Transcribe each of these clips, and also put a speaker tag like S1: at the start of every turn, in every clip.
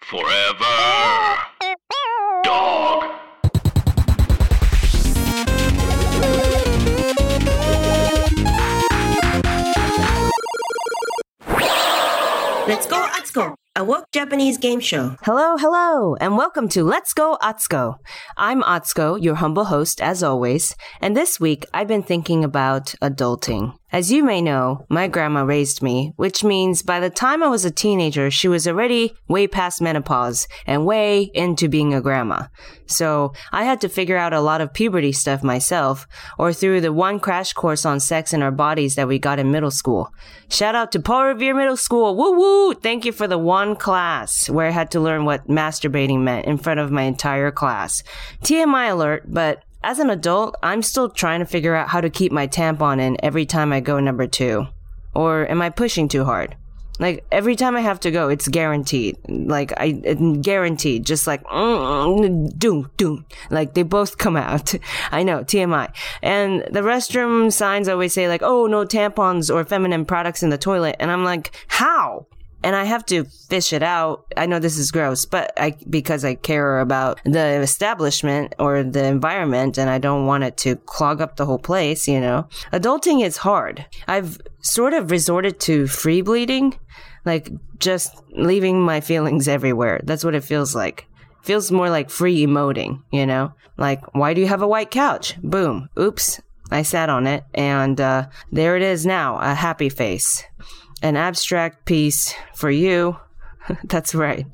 S1: Forever. Dog.
S2: Let's go Atsuko, a woke Japanese game show.
S3: Hello, hello, and welcome to Let's Go Atsuko. I'm Atsuko, your humble host as always, and this week I've been thinking about adulting. As you may know, my grandma raised me, which means by the time I was a teenager, she was already way past menopause and way into being a grandma. So I had to figure out a lot of puberty stuff myself, or through the one crash course on sex and our bodies that we got in middle school. Shout out to Paul Revere Middle School. Woo woo! Thank you for the one class where I had to learn what masturbating meant in front of my entire class. TMI alert, but as an adult, I'm still trying to figure out how to keep my tampon in every time I go number two. Or am I pushing too hard? Like every time I have to go, it's guaranteed. Like I it- guaranteed, just like mm, doom doom. Like they both come out. I know TMI. And the restroom signs always say like, "Oh no tampons or feminine products in the toilet," and I'm like, "How?" and I have to fish it out. I know this is gross, but I because I care about the establishment or the environment and I don't want it to clog up the whole place, you know. Adulting is hard. I've sort of resorted to free bleeding, like just leaving my feelings everywhere. That's what it feels like. Feels more like free emoting, you know? Like, why do you have a white couch? Boom. Oops. I sat on it, and uh, there it is now a happy face an abstract piece for you. That's right.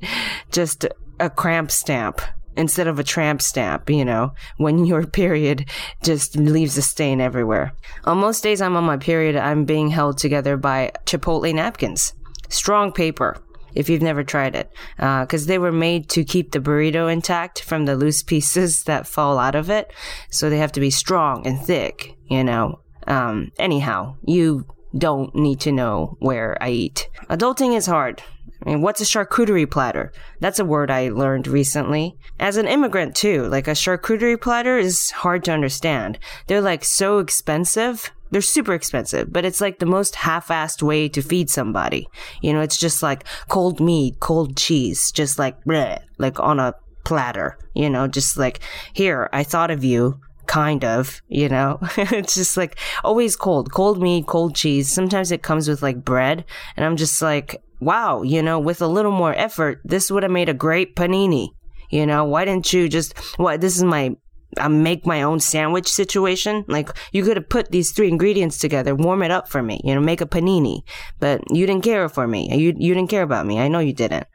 S3: Just a cramp stamp instead of a tramp stamp, you know, when your period just leaves a stain everywhere. On most days I'm on my period, I'm being held together by Chipotle napkins. Strong paper. If you've never tried it, because they were made to keep the burrito intact from the loose pieces that fall out of it. So they have to be strong and thick, you know. Um, anyhow, you don't need to know where I eat. Adulting is hard. I mean, what's a charcuterie platter? That's a word I learned recently. As an immigrant, too, like a charcuterie platter is hard to understand. They're like so expensive. They're super expensive, but it's like the most half assed way to feed somebody. You know, it's just like cold meat, cold cheese, just like, bleh, like on a platter. You know, just like, here, I thought of you kind of, you know. it's just like always cold, cold meat, cold cheese. Sometimes it comes with like bread, and I'm just like, wow, you know, with a little more effort, this would have made a great panini. You know, why didn't you just what this is my I make my own sandwich situation. Like you could have put these three ingredients together, warm it up for me, you know, make a panini. But you didn't care for me. You you didn't care about me. I know you didn't.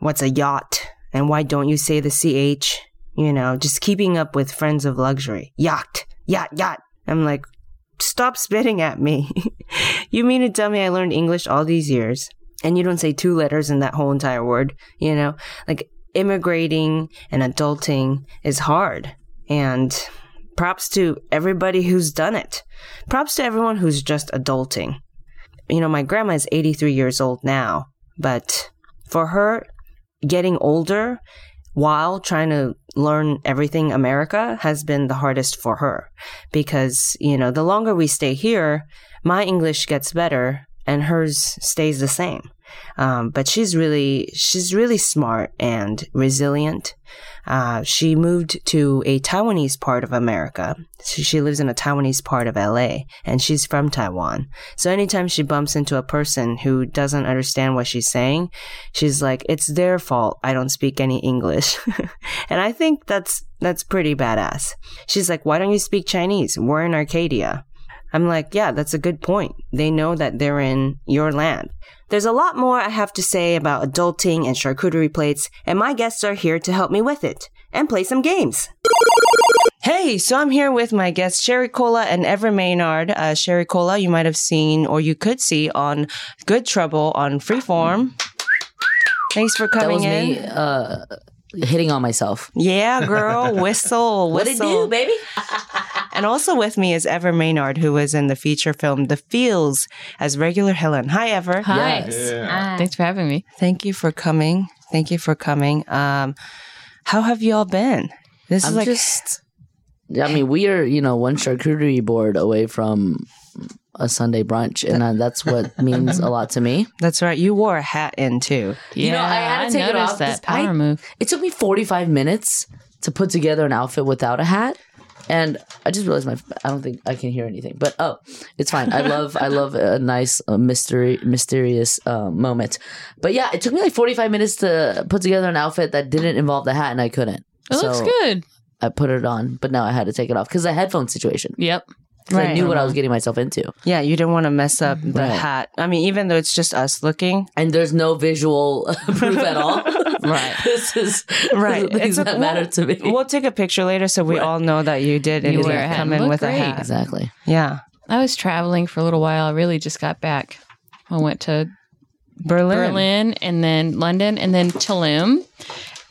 S3: What's a yacht? And why don't you say the CH? you know, just keeping up with friends of luxury. Yacht, yacht, yacht. I'm like, stop spitting at me. you mean to tell me I learned English all these years and you don't say two letters in that whole entire word? You know, like immigrating and adulting is hard. And props to everybody who's done it. Props to everyone who's just adulting. You know, my grandma is 83 years old now, but for her, getting older while trying to learn everything America has been the hardest for her because, you know, the longer we stay here, my English gets better and hers stays the same. Um, but she's really, she's really smart and resilient. Uh, she moved to a Taiwanese part of America. She, she lives in a Taiwanese part of LA and she's from Taiwan. So anytime she bumps into a person who doesn't understand what she's saying, she's like, it's their fault. I don't speak any English. and I think that's, that's pretty badass. She's like, why don't you speak Chinese? We're in Arcadia. I'm like, yeah, that's a good point. They know that they're in your land. There's a lot more I have to say about adulting and charcuterie plates, and my guests are here to help me with it and play some games. Hey, so I'm here with my guests, Sherry Cola and Ever Maynard. Uh, Sherry Cola, you might have seen or you could see on Good Trouble on Freeform. Thanks for
S4: That
S3: coming
S4: was
S3: in.
S4: me uh, hitting on myself.
S3: Yeah, girl, whistle, whistle.
S4: What it do, baby?
S3: And also with me is Ever Maynard, who was in the feature film The Fields as regular Helen. Hi, Ever.
S5: Hi.
S4: Yes.
S5: Thanks for having me.
S3: Thank you for coming. Thank you for coming. Um, how have you all been? This
S4: I'm
S3: is like
S4: just. I mean, we are you know one charcuterie board away from a Sunday brunch, and uh, that's what means a lot to me.
S3: that's right. You wore a hat in too.
S5: Yeah,
S4: know, I had to take it
S5: noticed
S4: off 'cause
S5: that power
S4: I-
S5: move.
S4: It took me 45 minutes to put together an outfit without a hat. And I just realized my I don't think I can hear anything, but oh, it's fine. I love I love a nice uh, mystery mysterious uh, moment, but yeah, it took me like forty five minutes to put together an outfit that didn't involve the hat, and I couldn't.
S5: It looks good.
S4: I put it on, but now I had to take it off because the headphone situation.
S5: Yep.
S4: 'Cause I
S3: Right. Uh-huh.
S4: knew what I was getting myself into,
S3: Yeah, you didn't want to mess up the
S4: Right.
S3: hat. I mean, even though it's just us looking.
S4: and there's no visual proof at all.
S5: Right.
S4: this is
S3: Right. It's
S4: Things
S3: a-
S4: that matter to me.
S3: We'll take a picture later so we all know that you did
S5: You
S3: indeed
S5: wear a hat
S3: come in
S5: and look
S3: with a
S5: great.
S3: hat.
S4: exactly.
S3: Yeah.
S5: I was traveling for a little while. I really just got back. I went to
S3: Berlin.
S5: Berlin and then London and then Tulum.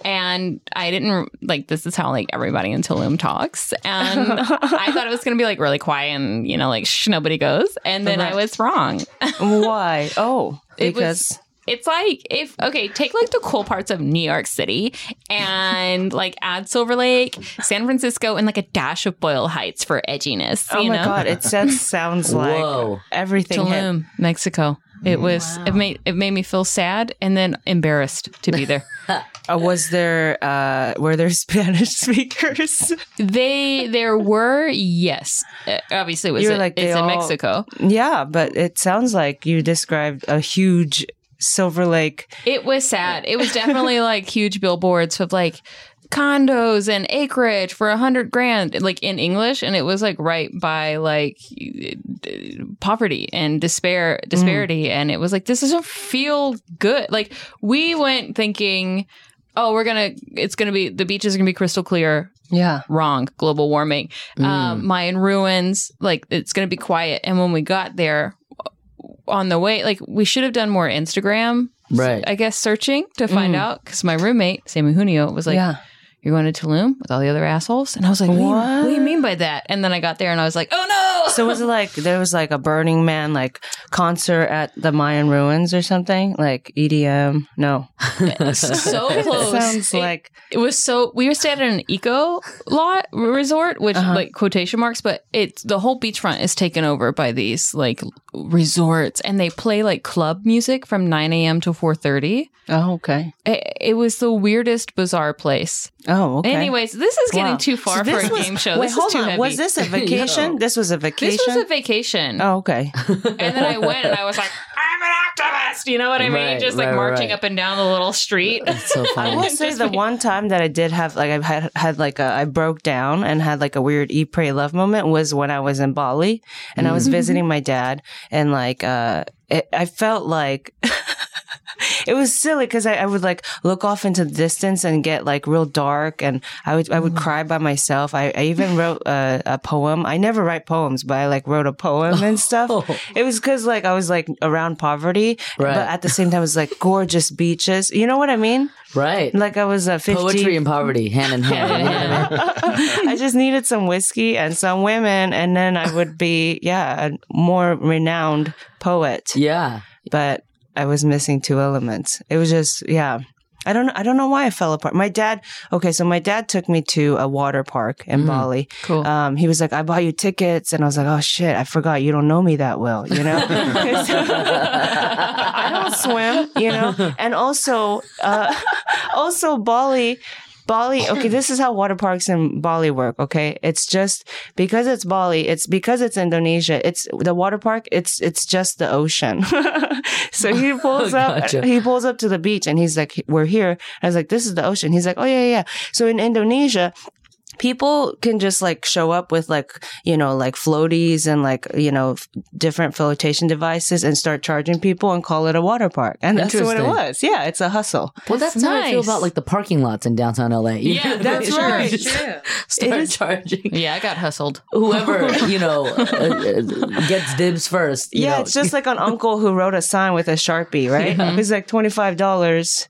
S5: And I didn't like this is how like everybody in Tulum talks. And I thought it was gonna be like really quiet and you know, like shh, nobody goes. And then I was wrong.
S3: Why? Oh,
S5: It
S3: because
S5: was, it's like if okay, take like the cool parts of New York City and like add Silver Lake, San Francisco, and like a dash of Boyle Heights for edginess.
S3: oh
S5: you
S3: my
S5: know?
S3: god, it sounds sounds like
S4: Whoa.
S3: everything. hit.
S5: Tulum, Mexico. It was it made it made me feel sad and then embarrassed to be there.
S3: Uh, was there uh, were there Spanish speakers?
S5: they there were yes, Uh, obviously it was
S3: You were
S5: a-
S3: like, they
S5: it's in
S3: all-
S5: Mexico.
S3: yeah, but it sounds like you described a huge Silver Lake.
S5: It was sad. It was definitely like huge billboards of like condos and acreage for a hundred grand, like in English, and it was like right by like d- poverty and despair disparity, and it was like this doesn't feel good. Like we went thinking, oh, we're gonna, it's gonna be the beaches are gonna be crystal clear
S3: Yeah.
S5: wrong global warming um, mayan ruins like it's going to be quiet and when we got there on the way like we should have done more instagram
S4: Right.
S5: i guess searching to find out because my roommate sammy junio was like
S3: Mm. Yeah.
S5: you're going to tulum with all the other assholes and i was like what? do you- What, do you mean by that and then i got there and i was like oh no
S3: So was it like there was like a Burning Man like concert at the Mayan ruins or something like EDM? No,
S5: so close
S3: sounds
S5: It-
S3: like
S5: it was so we were staying at an eco lot resort which
S3: Uh-huh.
S5: like quotation marks but it's the whole beachfront is taken over by these like resorts and they play like club music from 9 a.m to 4.30
S3: oh okay,
S5: it, it was the weirdest bizarre place
S3: oh okay.
S5: anyways this is getting
S3: Wow.
S5: too
S3: So
S5: far for
S3: this
S5: a
S3: was-
S5: game show
S3: Wait,
S5: this
S3: hold
S5: is too
S3: on.
S5: heavy
S3: Was this a vacation? This was a vacation.
S5: this was a vacation
S3: oh okay.
S5: and then i went and i was like i'm an activist you know what i mean
S4: Right,
S5: just like
S4: right, right,
S5: marching
S4: right.
S5: up and down the little street
S4: It's so funny.
S3: I will say the one time that I did have like I had had like a I broke down and had like a weird eat pray love moment was when I was in Bali and I was visiting my dad and like uh it, I felt like it was silly because I, I would like look off into the distance and get like real dark and I would I would cry by myself. I, I even wrote a, a poem. I never write poems, but I like wrote a poem and stuff. It was because like I was like around poverty,
S4: Right.
S3: but at the same time it was like gorgeous beaches. You know what I mean?
S4: right.
S3: Like I was a 15.
S4: Poetry and poverty, hand in hand.
S3: I just needed some whiskey and some women, and then I would be, yeah, a more renowned poet.
S4: yeah.
S3: But I was missing two elements. It was just, yeah. I don't, I don't know why I fell apart. My dad, okay, so my dad took me to a water park in
S4: Mm,
S3: Bali.
S5: Cool.
S3: Um, he was like, I bought you tickets. And I was like, oh shit, I forgot you don't know me that well, you know? I don't swim, you know? And also, uh, also Bali, Bali, okay, this is how water parks in Bali work, okay? It's just because it's Bali, it's because it's Indonesia, it's the water park, it's it's just the ocean. so he pulls up
S4: Gotcha.
S3: he pulls up to the beach and he's like, We're here. I was like, This is the ocean. He's like, Oh yeah, yeah, yeah. So in Indonesia, people can just like show up with like you know like floaties and like you know f- different flotation devices and start charging people and call it a water park and that's what it
S4: Interesting.
S3: was yeah it's a hustle
S4: Well, that's how I feel
S5: nice.
S4: about like the parking lots in downtown LA. You
S5: Yeah,
S4: know,
S5: that's
S4: they should
S5: right.
S4: just
S3: It
S4: Start
S3: is-
S4: charging
S5: yeah i got hustled
S4: whoever you know uh, uh, gets dibs first. you
S3: yeah
S4: know.
S3: it's just like an uncle who wrote a sign with a sharpie right it was like $25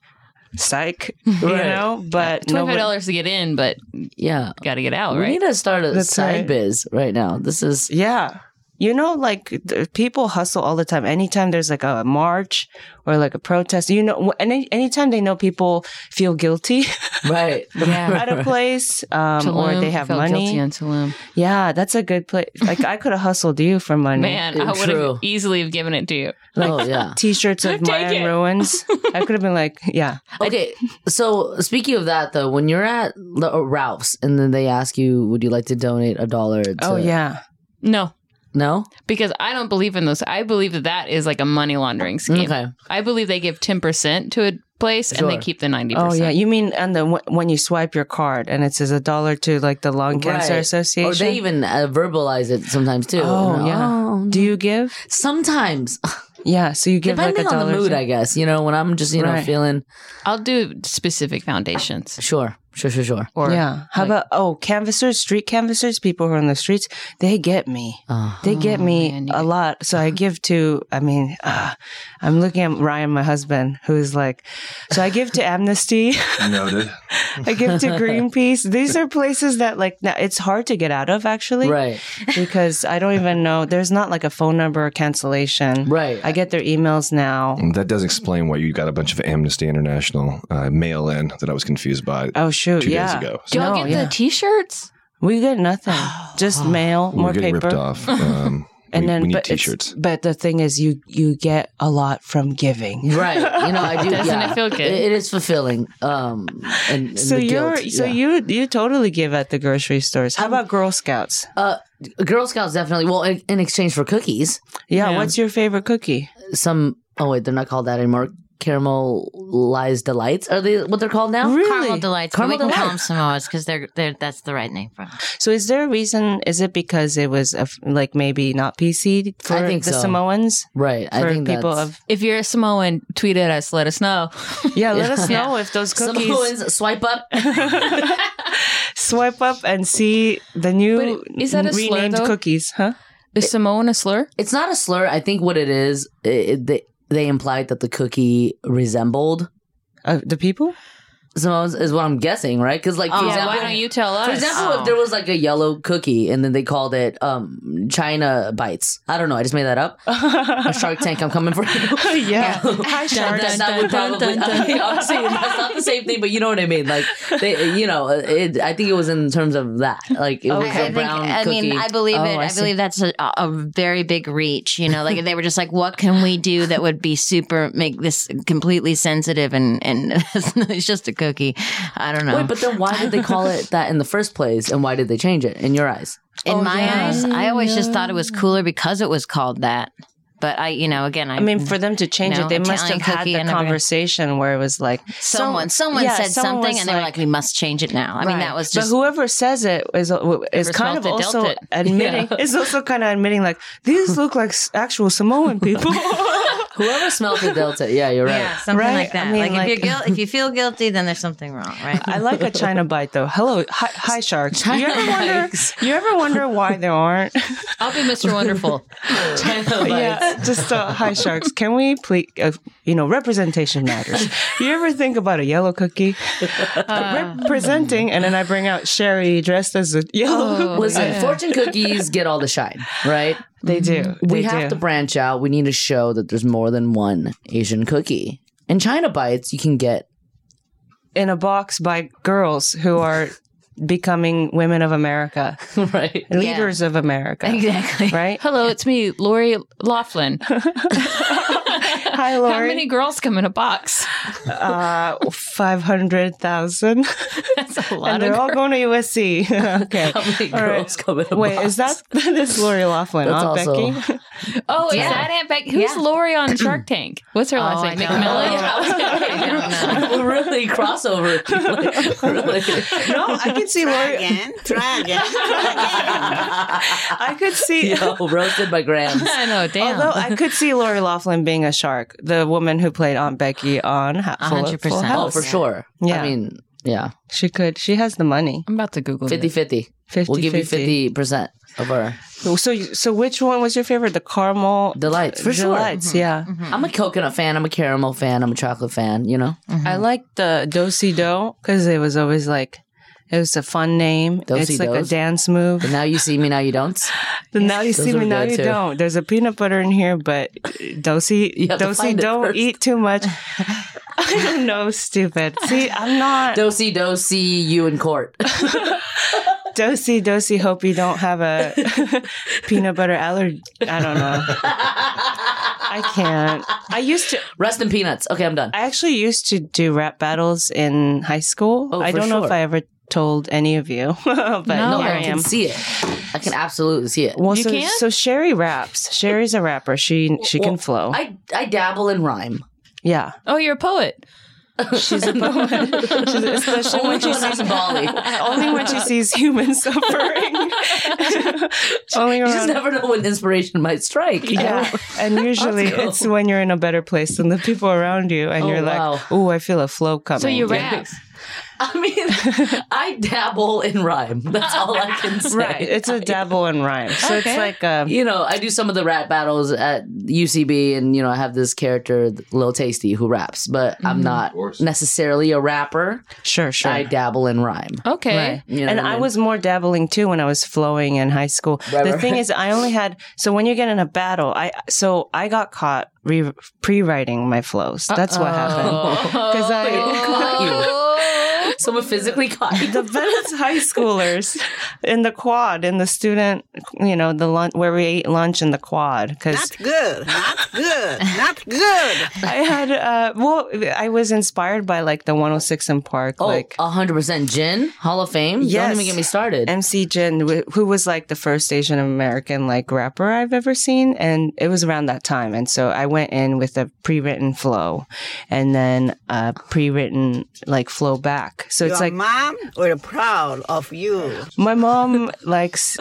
S3: psych, you
S4: Right.
S3: know. But
S5: Twenty five
S3: nobody-
S5: dollars to get in, but
S4: Yeah.
S5: got to get out,
S4: We
S5: right?
S4: need to start a
S3: That's
S4: side
S3: right.
S4: biz right now. This is
S3: Yeah. You know, like th- people hustle all the time. Anytime there's like a march or like a protest, you know, wh- any anytime they know people feel guilty
S4: right.
S5: yeah.
S3: at a place um, or
S5: Tulum,
S3: they have
S5: felt guilty
S3: money.
S5: on Tulum.
S3: yeah, that's a good place. Like I could have hustled you for money.
S5: Man, I would have
S4: True.
S5: easily have given it to you.
S4: Oh yeah.
S3: T-shirts of
S5: Take
S3: Mayan
S5: it.
S3: ruins. I could have been like, yeah,
S4: Okay. So speaking of that, though, when you're at the, uh, Ralph's and then they ask you, "Would you like to donate a dollar?" to-
S3: oh yeah,
S5: No,
S4: No.
S5: because I don't believe in those. I believe that that is like a money laundering scheme.
S4: Okay.
S5: I believe they give ten percent to a place and they
S4: Sure.
S5: keep the ninety
S3: oh
S5: percent.
S3: yeah. You mean and then wh- when you swipe your card and it says a dollar to like the Lung Cancer
S4: Right.
S3: Association,
S4: Or they even uh, verbalize it sometimes too.
S3: Oh, yeah. do you give?
S4: sometimes
S3: Yeah, so you give
S4: depending
S3: like a
S4: on
S3: dollar.
S4: the mood,
S3: to-
S4: I guess. You know, when I'm just you know
S3: Right.
S4: feeling
S5: I'll do specific foundations
S4: sure, sure, sure, sure.
S5: or
S3: yeah. How
S5: like-
S3: about oh, canvassers, street canvassers, people who are on the streets, they get me.
S4: Uh,
S3: They get me
S5: Oh, man, you
S3: a
S5: get- Uh-huh.
S3: lot. So I give to I mean, uh, I'm looking at Ryan my husband who's like so I give to Amnesty,
S6: Noted.
S3: I give to Greenpeace. These are places that like now it's hard to get out of actually
S4: right,
S3: because I don't even know there's not like a phone number or cancellation.
S4: right.
S3: I get their emails now.
S6: That does explain why you got a bunch of Amnesty International uh, mail in that I was confused by
S3: Oh shoot,
S6: two
S3: yeah.
S6: days ago.
S5: Do y'all
S3: No,
S5: get
S3: yeah.
S5: the T-shirts?
S3: We get nothing. Just mail,
S6: We're
S3: more
S6: getting
S3: paper.
S6: ripped off. Um,
S3: and
S6: we,
S3: then
S6: we need
S3: but it's-
S6: t-shirts.
S3: But the thing is, you you get a lot from giving.
S4: Right, you know, I do.
S5: Doesn't
S4: yeah.
S5: it feel good?
S4: It, it is fulfilling. Um, and, and
S3: So
S4: the
S3: you're
S4: guilt,
S3: so
S4: yeah.
S3: you you totally give at the grocery stores. How about Girl Scouts?
S4: uh, Girl Scouts definitely. Well, in, in exchange for cookies,
S3: Yeah,
S5: Yeah.
S3: what's your favorite cookie?
S4: some. Oh wait, they're not called that anymore. Caramelized delights are they? What they're called now?
S7: Caramel delights. but
S4: Caramel
S7: we can call them
S4: Delights.
S7: Samoas because they're, they're that's the right name for them.
S3: So is there a reason? Is it because it was a f like maybe not PC for
S4: I think
S3: the
S4: so.
S3: Samoans
S4: Right.
S3: for
S4: I think
S3: people
S4: that's,
S3: of
S5: If you're a Samoan, tweet at us. Let us know.
S3: yeah. Let us
S5: Yeah.
S3: know if those cookies
S4: Samoans swipe up.
S3: swipe up and see the new
S5: But is that a slur,
S3: renamed
S5: though?
S3: cookies, huh?
S5: Is Samoan a slur?
S4: It's not a slur. I think what it is, it, they they implied that the cookie resembled
S3: Uh, the people?
S4: Samoans is what I'm guessing, right? Because like for
S7: Oh,
S5: yeah,
S4: example,
S5: Oh, why don't you tell us?
S4: for example,
S5: Oh.
S4: if there was like a yellow cookie and then they called it um China bites. I don't know. I just made that up. a Shark Tank. I'm coming for you.
S3: yeah. Hi,
S4: That,
S3: Sharks.
S4: that- that would
S5: Dun,
S4: probably
S5: dun, dun, dun.
S4: obviously that's not the same thing, but you know what I mean. Like, they, you know, it, I think it was in terms of that. Like, it was
S7: I, I
S4: a
S7: think,
S4: brown
S7: I
S4: cookie.
S7: mean, I believe
S3: Oh,
S7: it.
S3: I
S7: I,
S3: see.
S7: believe that's a, a very big reach. You know, like they were just like, what can we do that would be super, make this completely sensitive and, and it's just a cookie. I don't know.
S4: Wait, but then why did they call it that in the first place, and why did they change it in your eyes?
S7: In
S3: Oh,
S7: my
S3: yeah.
S7: eyes, I always just thought it was cooler because it was called that. But I, you know, again, I,
S3: I mean, for them to change
S7: No,
S3: it, they must
S7: Italian
S3: have had
S7: cookie
S3: the
S7: and everything.
S3: conversation where it was like
S7: someone,
S3: some-
S7: someone
S3: yeah,
S7: said
S3: someone
S7: something,
S3: was
S7: and they were like, "We must change it now." I mean,
S3: Right.
S7: that was just
S3: But whoever says it is is
S5: Whoever
S3: kind
S5: smelt
S3: of
S5: it,
S3: also
S5: dealt it.
S3: admitting. It's also kind of admitting like these look like s- actual Samoan people.
S4: Whoever smelled the delta, yeah, you're right.
S7: yeah, something
S3: Right?
S7: like that.
S3: I mean,
S7: like,
S3: like-
S7: if you're guilty, if you feel guilty, then there's something wrong, right?
S3: I like a China bite though. Hello, hi, hi sharks. you ever wonder? You ever wonder why there aren't?
S5: I'll be Mr. Wonderful.
S3: yeah, just uh, hi sharks. Can we please? Uh, you know, representation matters. you ever think about a yellow cookie representing, and then I bring out Sherry dressed as a yellow.
S5: Oh,
S4: Listen,
S5: yeah.
S4: fortune cookies get all the shine, right?
S3: They do.
S4: We
S3: They
S4: have
S3: do.
S4: to branch out. We need to show that there's more than one Asian cookie. And China bites, you can get
S3: in a box by girls who are becoming women of America,
S4: right.
S3: leaders of America.
S7: Exactly.
S3: Right?
S5: Hello, it's me, Lori Laughlin.
S3: Hi, Lori.
S5: How many girls come in a box?
S3: Uh, 500,000.
S5: That's a lot
S3: And they're
S5: of
S3: all going to USC. okay.
S4: How many
S3: All right.
S4: girls come in a
S3: Wait,
S4: box?
S3: is that that is Lori Laughlin,
S4: That's
S3: huh,
S4: also-
S3: Becky?
S5: Oh, is that Aunt Becky? Who's Lori on Shark Tank? Oh, What's her last
S7: I
S5: name?
S7: don't know.
S5: McMillan?
S7: I don't know.
S4: really crossover? Like, really?
S3: No, I could see Lori.
S8: again. Try again.
S3: I could see.
S4: Yo, roasted by grams.
S5: I know, damn.
S3: Although I could see Lori Laughlin being a shark, the woman who played Aunt Becky on Ha- Full,
S7: 100%.
S3: Full
S7: Oh,
S3: House.
S4: Oh, for sure.
S3: Yeah.
S4: I mean, Yeah.
S3: She could. She has the money.
S5: I'm about to Google
S4: 50
S5: this.
S4: 50.
S3: 50
S4: We'll give you 50% of our
S3: So, you- so which one was your favorite? The caramel
S4: delights. For sure. Mm-hmm.
S3: delights, yeah.
S4: I'm a coconut fan. I'm a caramel fan. I'm a chocolate fan, you know?
S3: I like the Dosi Do because it was always like it was a fun name. it's like a
S4: Do-si-dos?
S3: dance move.
S4: But now you see me, now you don't.
S3: The now you
S4: Those
S3: see
S4: are
S3: me, now
S4: good
S3: you
S4: too.
S3: don't. There's a peanut butter in here, but Dosi
S4: You have to
S3: Dosi
S4: find it
S3: don't
S4: first.
S3: eat too much. I don't know, stupid. See, I'm not
S4: Dosey, dosey, you in court.
S3: Dosi Dosi. Hope you don't have a peanut butter allergy. I don't know. I can't. I used to.
S4: Rest in peanuts. Okay, I'm done.
S3: I actually used to do rap battles in high school.
S4: Oh,
S3: I
S4: for
S3: don't know if
S4: sure.
S3: I ever told any of you, but
S5: No,
S3: here I,
S4: I
S3: am.
S4: can see it. I can absolutely see it.
S3: Well,
S5: You
S3: so,
S5: can?
S3: so Sherry raps. Sherry's a rapper. She she can
S4: Well,
S3: flow.
S4: I, I dabble in rhyme.
S3: yeah.
S5: Oh, you're a poet.
S3: She's a poet. She's especially
S4: Only
S3: when she
S4: when I'm
S3: sees
S4: in Bali.
S3: only when she sees human suffering. only
S4: You
S3: around.
S4: just never know when inspiration might strike.
S3: Yeah, and usually
S4: Let's go.
S3: it's when you're in a better place than the people around you, and
S4: Oh,
S3: you're
S4: wow.
S3: like, "Ooh, I feel a flow coming."
S5: So you rap.
S4: I mean, I dabble in rhyme. That's all I can say.
S3: right? It's a dabble in rhyme, so it's like um,
S4: You know, I do some of the rap battles at UCB, and you know, I have this character, Lil Tasty, who raps, but I'm not necessarily a rapper.
S3: sure, Mm-hmm. sure. Oh.
S4: I dabble in rhyme.
S5: Okay.
S3: Right.
S4: You know
S3: and
S4: what I
S3: I,
S4: mean?
S3: was more dabbling too when I was flowing in high school.
S4: Right,
S3: the
S4: right,
S3: thing
S4: right.
S3: is, I only had so when you get in a battle, I so I got caught re- pre-writing my flows. That's what happened because I.
S5: Oh.
S4: Someone physically caught you.
S3: The Venice high schoolers in the quad, in the student, you know, the lunch where we ate lunch in the quad, because
S2: Good. Not good. Not good.
S3: I had, uh, well, I was inspired by like the 106 in Park,
S4: Oh,
S3: like
S4: 100% Jin, Hall of Fame.
S3: Yes.
S4: Don't even get me started.
S3: MC Jin, wh- who was like the first Asian American like rapper I've ever seen, and it was around that time. And so I went in with a pre-written flow, and then a pre-written like flow back. So it's like
S2: mom, we're proud of you.
S3: my mom likes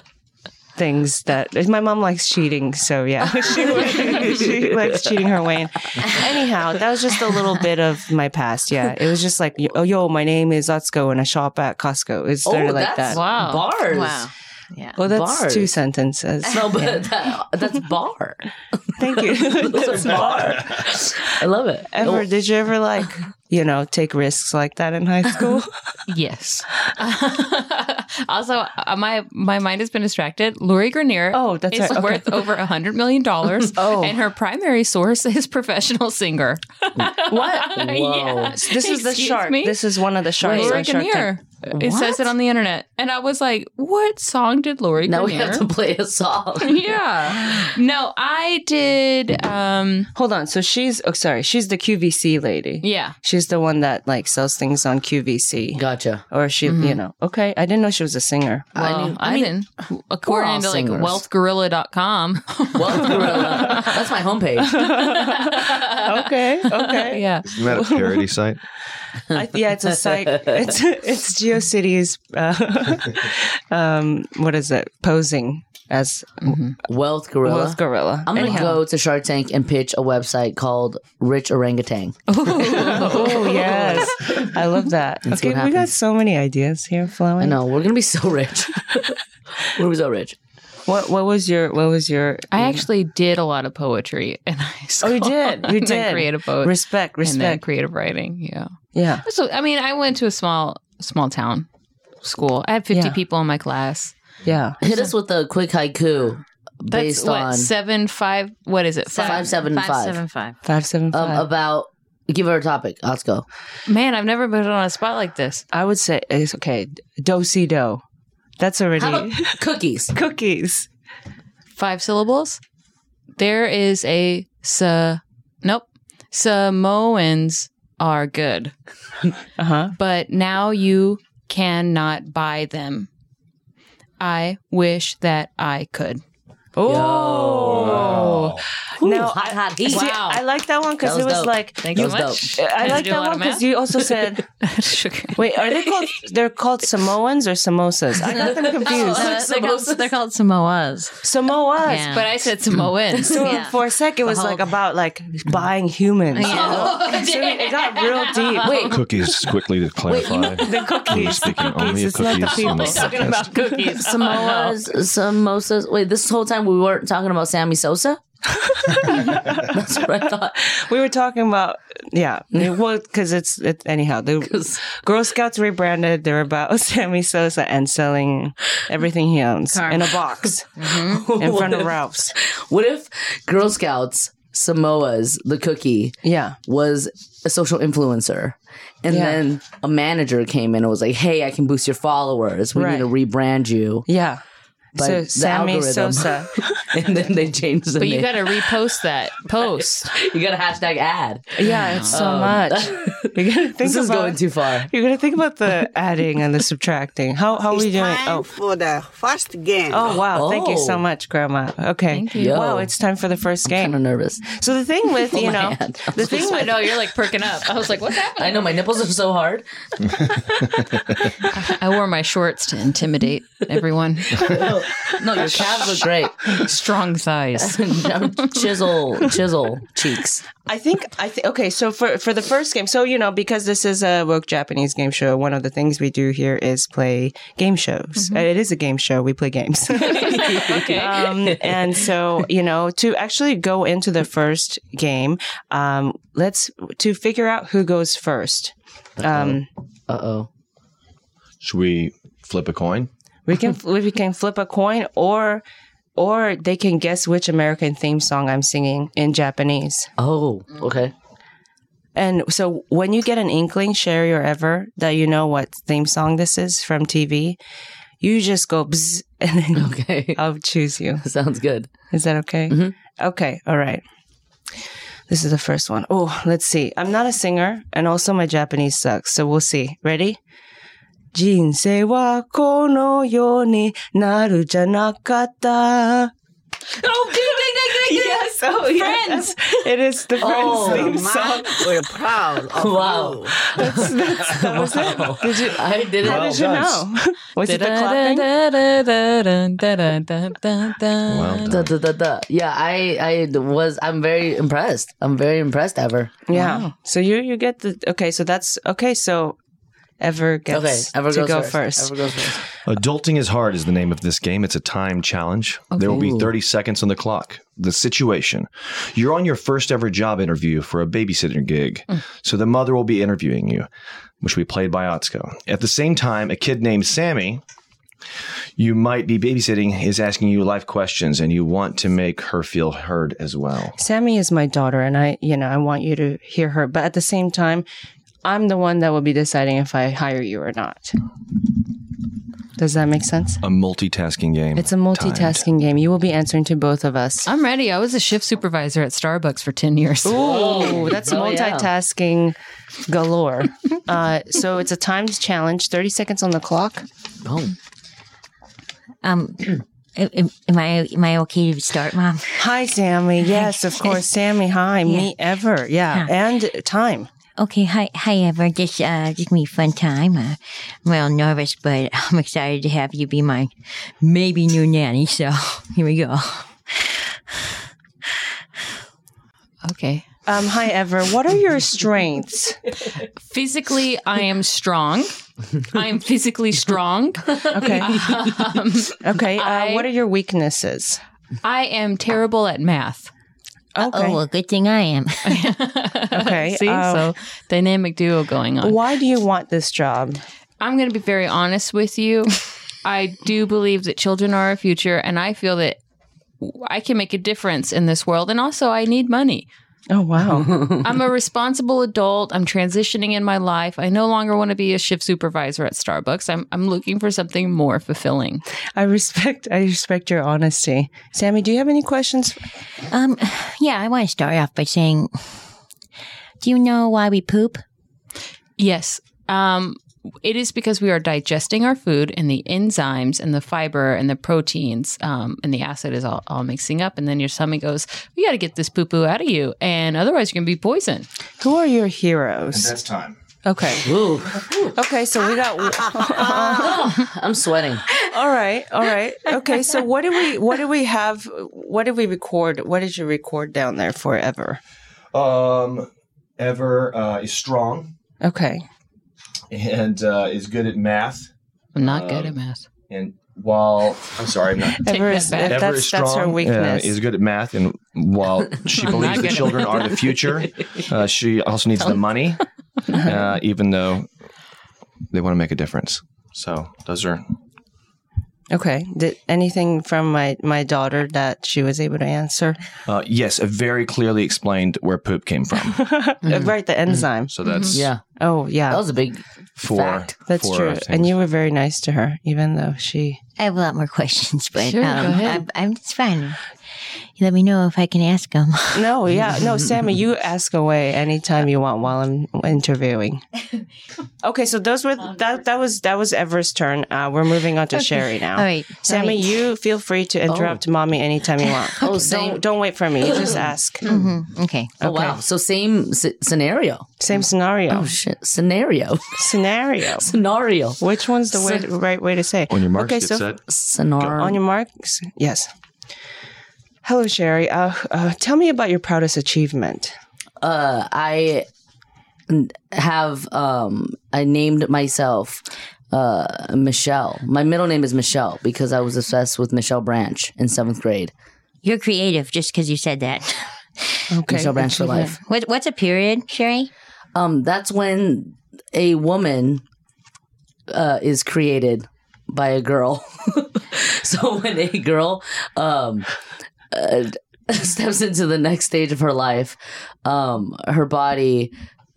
S3: things that my mom likes cheating. So yeah, she, would- she likes cheating her way. In. Anyhow, that was just a little bit of my past. Yeah, it was just like, oh yo, my name is Atsuko, and I shop at Costco. It's
S4: oh,
S3: sort of like that.
S4: that's
S5: Wow.
S4: bars.
S7: Wow.
S3: Well, that's
S4: bars.
S3: two sentences.
S4: No, but that, that's bar.
S3: Thank you.
S4: That's bar. I love it.
S3: ever did you ever like you know take risks like that in high school?
S5: Yes. also, uh, my my mind has been distracted. Lori Grenier
S3: Oh, that's
S5: is
S3: right. Okay.
S5: worth over a hundred million dollars.
S3: Oh.
S5: and her primary source is professional singer.
S4: What? Whoa.
S3: This is the
S5: Excuse
S3: shark.
S5: me?
S3: This is one of the sharks
S5: Lori
S3: on Shark Tank.
S5: Grenier. It says it on the internet, and I was like, "What song did Lori
S4: Now we
S5: Grenier?"
S4: have to play a song.
S5: yeah. No, I did. Um.
S3: Hold on. So she's oh sorry, she's the QVC lady.
S5: Yeah.
S3: She's the one that like sells things on QVC.
S4: Gotcha.
S3: Or she, you
S5: Mm-hmm.
S3: know, okay. I didn't know she was a singer.
S5: Well, I,
S4: knew- I mean,
S5: didn't. According
S4: all
S5: to like
S4: singers.
S5: wealthgorilla.com.
S4: Well, Gorilla. That's my homepage.
S3: Okay, okay.
S5: yeah.
S6: Isn't that a parody site?
S3: I, yeah, it's a site. It's it's GeoCities. Uh, um, what is it? Posing as
S4: Wealth Gorilla.
S3: Wealth Gorilla.
S4: I'm gonna go to Shark Tank and pitch a website called Rich Orangutan.
S3: Oh yes, I love that. okay,
S4: what
S3: we got
S4: happens.
S3: so many ideas here flowing.
S4: I know we're gonna be so rich. we're gonna be so rich.
S3: What What was your What was your?
S5: I actually did a lot of poetry in high school.
S3: oh, you did. You
S5: And then
S3: did.
S5: creative poetry.
S3: Respect.
S5: and then
S3: Respect.
S5: creative writing. Yeah.
S3: yeah.
S5: So I mean, I went to a small small town school. I had fifty
S3: Yeah.
S5: people in my class.
S3: Yeah.
S4: Hit us with a quick haiku
S5: That's
S4: based
S5: what
S4: on
S5: seven five. What is it? Five.
S4: five seven
S7: Five,
S4: five
S7: seven, five.
S3: Five seven
S4: um,
S3: five.
S4: about. Give her a topic. Let's go.
S5: Man, I've never been on a spot like this.
S3: I would say it's okay. Do si do. That's
S4: How
S3: already
S4: about cookies?
S3: cookies.
S5: Five syllables. There is a sa. Nope. Samoans are good,
S3: Uh huh.
S5: but now you cannot buy them. I wish that I could.
S3: Oh. Now,
S4: hot, hot heat.
S3: See,
S4: Wow.
S3: I like that one because
S4: That
S3: it
S4: was
S3: was
S4: dope.
S3: like
S4: Thank
S5: Thanks
S4: you.
S5: so
S4: That was
S5: much.
S3: I
S5: Had to
S3: like
S5: do a
S3: that
S5: lot
S3: one
S5: of
S3: because
S5: math.
S3: you also said,
S5: Sugar.
S3: "Wait, are they called? They're called Samoans or samosas? I got them confused.
S7: Uh, they're, called, they're called Samoas.
S3: Samoas.
S7: Yeah.
S5: But I said Samoan.
S3: So
S7: Yeah.
S3: for a sec, it was like about like buying humans.
S5: Oh,
S3: So it got real deep.
S4: Wait,
S6: Cookies, quickly to clarify.
S3: The cookies.
S6: speaking only of
S3: It's not the
S6: cookies on
S3: people.
S6: this podcast.
S5: cookies.
S4: Samoa's, samosas. Wait, this whole time we weren't talking about Sammy Sosa? That's what I thought.
S3: We were talking about yeah, it was because it's it, anyhow. The Girl Scouts rebranded. They're about Sammy Sosa and selling everything he owns in a box
S5: Mm-hmm.
S3: in front of Ralph's.
S4: What if Girl Scouts, Samoa's, the cookie,
S3: Yeah,
S4: was a social influencer? And
S3: Yeah.
S4: then a manager came in and was like, hey, I can boost your followers. We
S3: Right.
S4: need to rebrand you.
S3: yeah.
S4: But
S3: so
S4: the
S3: Sammy
S4: algorithm-
S3: Sosa.
S4: And then they changed the
S5: But
S4: name.
S5: you got to repost that post.
S4: you got a hashtag ad.
S3: Yeah, it's so much. You gotta think
S4: Um, This is
S3: about-
S4: going too far.
S3: You're gonna think about the adding and the subtracting. How how are we doing?
S8: Time
S3: Oh,
S8: for the first game.
S3: oh wow! Thank you so
S4: Oh.
S3: much, Grandma. Okay, Thank
S4: you.
S3: wow,
S4: Yo.
S3: it's time for the first
S4: I'm kind of
S3: game.
S4: nervous. Oh
S3: So the thing with you
S4: my
S3: know
S4: hand.
S3: the thing
S5: I
S3: with
S5: know you're like perking up. I was like, what's happening?
S4: I know my nipples are so hard.
S5: I wore my shorts to intimidate everyone.
S4: No, your calves look great.
S5: Strong thighs.
S4: chisel, chisel cheeks.
S3: I think I think okay. So for for the first game, so you know because this is a woke Japanese game show, one of the things we do here is play game shows.
S4: Mm-hmm.
S3: Uh, It is a game show. We play games.
S5: Okay.
S3: um, and so you know to actually go into the first game, um, let's to figure out who goes first. Um,
S4: Uh oh.
S6: Should we flip a coin?
S3: we can we can flip a coin or. Or they can guess which American theme song I'm singing in Japanese.
S4: Oh, okay.
S3: And so when you get an inkling, Sherry or ever, that you know what theme song this is from TV, you just go bzz and then
S4: Okay.
S3: I'll choose you.
S4: Sounds good.
S3: Is that okay?
S4: Mm-hmm.
S3: Okay. All right. This is the first one. Oh, let's see. I'm not a singer and also my Japanese sucks. So we'll see. Ready? 人生はこのようになるじゃなかった。
S5: oh, ding, ding, ding, ding, ding.
S3: Yes, oh yes. It is the Friends
S4: Oh,
S3: theme song.
S8: Man, we're proud of
S4: Wow.
S8: you.
S3: That was it. Did you,
S4: I did it.
S3: How did you know? Was it the clapping?
S5: Da-da-da-da-da-da-da-da-da-da.
S6: Well
S4: Da,
S6: done.
S4: da, da, da. Yeah, I, I was. I'm very impressed. I'm very impressed. Ever.
S3: Yeah. So you you get the okay. So that's okay. So ever gets
S4: Okay. Ever
S3: to
S4: goes
S3: go
S4: first.
S3: first.
S4: Ever goes first.
S6: Adulting is Hard is the name of this game. It's a time challenge. There will be
S4: Ooh.
S6: 30 seconds on the clock. The situation you're on your first ever job interview for a babysitter gig.
S3: Hmm.
S6: So the mother will be interviewing you, which we played by Otsko. At the same time, a kid named Sammy, you might be babysitting, is asking you life questions and you want to make her feel heard as well.
S3: Sammy is my daughter, and I you know I want you to hear her, but at the same time, I'm the one that will be deciding if I hire you or not. Does that make sense?
S6: A multitasking game.
S3: It's a multitasking game. You will be answering to both of us.
S5: I'm ready. I was a shift supervisor at Starbucks for 10 years.
S3: Oh, that's multitasking galore. uh, so it's a timed challenge, 30 seconds on the clock.
S4: Boom.
S7: Um, am am I am I okay to start, Mom?
S3: Hi, Sammy. Yes, of course. Sammy, hi. Me ever. Yeah. And time.
S7: Okay, hi, hi, Ever. Just, uh, just gonna be a fun time. Uh, I'm a little nervous, but I'm excited to have you be my maybe new nanny. So here we go.
S5: Okay.
S3: Um, hi, Ever. What are your strengths?
S5: Physically, I am strong. I am physically strong.
S3: Okay. okay. Uh,
S5: Um, I-
S3: what are your weaknesses?
S5: I am terrible at math.
S3: Okay.
S7: Oh, well, good thing I am.
S3: okay.
S5: See,
S3: uh,
S5: so dynamic duo going on.
S3: why do you want this job?
S5: I'm going to be very honest with you. I do believe that children are our future, and I feel that I can make a difference in this world. And also, I need money.
S3: Oh, wow.
S5: I'm a responsible adult. I'm transitioning in my life. I no longer want to be a shift supervisor at Starbucks. I'm, I'm looking for something more fulfilling.
S3: I respect. I respect your honesty, Sammy. Do you have any questions?
S7: um, yeah, I want to start off by saying, do you know why we poop?
S5: Yes. Um, it is because we are digesting our food and the enzymes and the fiber and the proteins um, and the acid is all, all mixing up. And then your stomach goes, we got to get this poo poo out of you. And otherwise, you're going to be poisoned.
S3: Who are your heroes?
S6: That's time.
S3: Okay.
S4: Ooh,
S3: Okay, so we got
S4: I'm sweating.
S3: All right, all right. Okay, so what did we what did we have what did we record? What did you record down there forever?
S6: Um, Ever uh, is strong
S3: Okay.
S6: and uh, is good at math.
S5: I'm not good
S6: Um,
S5: at math.
S6: And while I'm sorry, I'm not.
S5: Take
S3: Ever
S5: that
S3: is,
S5: back.
S6: Ever
S3: that's,
S6: is strong.
S3: that's her
S6: uh,
S3: weakness.
S6: is good at math, and while she believes the
S5: good at
S6: children are the future, uh, she also needs the money, uh, even though they want to make a difference. So those are
S3: okay. Did anything from my my daughter that she was able to answer?
S6: uh, yes, a very clearly explained where poop came from.
S3: Uh, Right, the enzymes.
S6: So that's
S4: Yeah,
S3: Oh, yeah.
S4: that was a big.
S6: four.
S4: Fact.
S3: that's
S6: four
S3: true.
S6: things.
S3: And you were very nice to her even though she
S7: I have a lot more questions, but
S5: Sure, go
S7: um,
S5: ahead.
S7: I, I'm it's fine. You let me know if I can ask them.
S3: No, yeah. No, Sammy, you ask away anytime you want while I'm interviewing. Okay, so those were that that was that was Ever's turn. Uh, we're moving on to Sherry now.
S7: All right,
S3: Sammy,
S7: right.
S3: you feel free to interrupt mommy anytime you want.
S4: Oh,
S3: don't
S4: same.
S3: don't wait for me. You just ask.
S7: okay.
S4: Oh wow. So same s- scenario.
S3: Same scenario.
S4: Oh shit. Scenario.
S3: Scenario.
S4: scenario.
S3: Which one's the way, right way to say?
S6: On your marks,
S3: Okay,
S6: get
S3: so-
S6: set.
S4: Scenario.
S3: On your marks, yes. Hello, Sherry. Uh, uh, tell me about your proudest achievement.
S4: uh, I n- have um, I named myself uh, Michelle. My middle name is Michelle because I was obsessed with Michelle Branch in seventh grade.
S7: You're creative just because you said that.
S3: Okay.
S4: Michelle Branch for life.
S7: What, what's a period, Sherry?
S4: Um, that's when a woman uh, is created by a girl. so when a girl um, uh, steps into the next stage of her life, um, her body.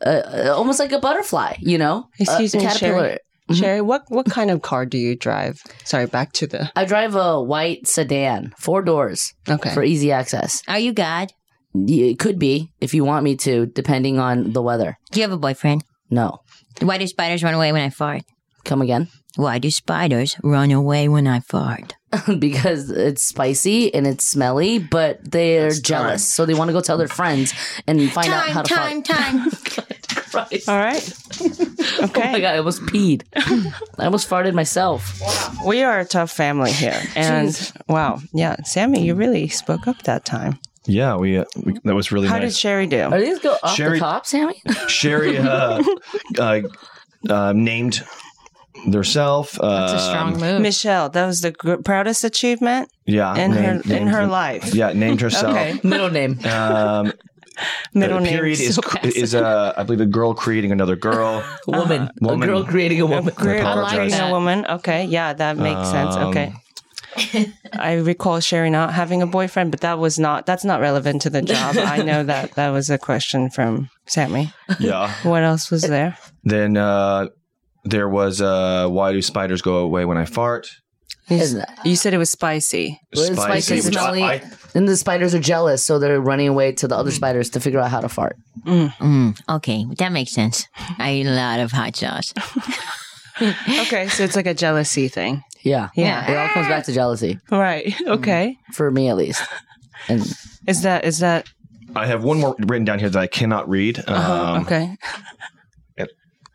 S4: Uh, almost like a butterfly, you know. A
S3: Excuse me, Sherry?
S4: caterpillar.
S6: Mm-hmm.
S3: Sherry, what, what kind of car do you drive? Sorry, back to the.
S4: I drive a white sedan, four doors
S3: Okay.
S4: for easy access.
S7: Are you God?
S4: Y- It could be if you want me to, depending on the weather.
S7: Do you have a boyfriend?
S4: No,
S7: Why do spiders run away when I fart?
S4: come again
S7: Why do spiders run away when I fart?
S4: because it's spicy and it's smelly, but they're jealous, so they want to go tell their friends and find out how
S7: Time,
S4: to
S7: time, time.
S4: fuck. Christ.
S3: All right.
S4: Oh my
S3: Okay.
S4: god, I almost peed. I almost farted myself.
S3: we are a tough family here. And wow. Yeah. Sammy, you really spoke up that time.
S6: Yeah, we, uh, we that was really
S3: How did
S6: nice.
S3: Sherry do?
S4: Are these go off
S6: Sherry-
S4: the top, Sammy?
S6: Sherry uh, uh, uh, named herself. Uh,
S5: It's a strong move.
S3: Michelle, that was the gr- proudest achievement
S6: yeah,
S3: in
S6: named-
S3: her in her
S6: named-
S3: life.
S6: Yeah, named herself.
S3: Okay.
S4: Middle name.
S6: Um,
S3: Middle
S6: the
S3: name
S6: period is cr- is uh, I believe a girl creating another girl.
S4: Woman.
S6: Woman.
S4: A girl creating a woman.
S3: Great
S6: I Um,
S5: like
S3: creating a
S5: that.
S3: woman. Okay, yeah, that makes sense. Okay. I recall Sherry not having a boyfriend, but that was not that's not relevant to the job. I know that that was a question from Sammy.
S6: Yeah.
S3: What else was there?
S6: Then uh, there was uh, why do spiders go away when I fart?
S4: Isn't it?
S3: You said it was spicy.
S4: Well, it's spicy,
S6: which I-
S4: smelly,
S6: I-
S4: and the spiders are jealous, so they're running away to the
S6: Mm.
S4: other spiders to figure out how to fart.
S7: Mm, okay, that makes sense. I eat a lot of hot sauce.
S3: Okay, so it's like a jealousy thing.
S4: Yeah.
S3: Yeah.
S4: It all comes back to jealousy,
S3: Right.
S6: Mm.
S3: Okay.
S4: for me at least. And
S3: Is that is that
S6: I have one more written down here that I cannot read. Um,
S3: Uh-huh, okay?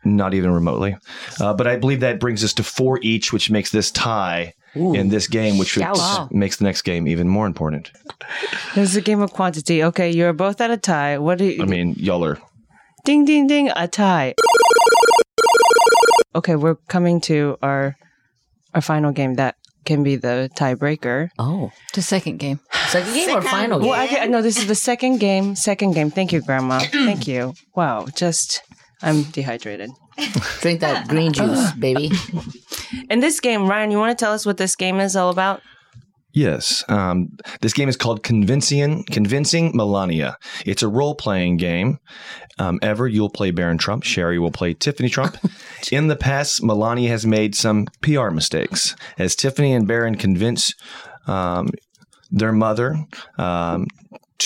S6: Not even remotely. Uh, but I believe that brings us to four each, which makes this tie in this game, which would- makes the next game even more important.
S3: This is a game of quantity. Okay, you're both at a tie. What do you
S6: I mean, y'all are.
S3: Ding ding ding, a tie. Okay, we're coming to our our final game that can be the tiebreaker.
S4: oh,
S5: The second game.
S4: second game or final game?
S3: Well, I can, no, this is the second game. Second game. Thank you, Grandma. Thank you. Wow, just I'm dehydrated.
S4: Drink that green juice, baby.
S3: In this game, Ryan, you want to tell us what this game is all about?
S6: Yes. Um, this game is called Convincing, Convincing Melania. It's a role playing game. Um, Ever, you'll play Baron Trump. Sherry will play Tiffany Trump. In the past, Melania has made some PR mistakes. As Tiffany and Baron convince um, their mother um,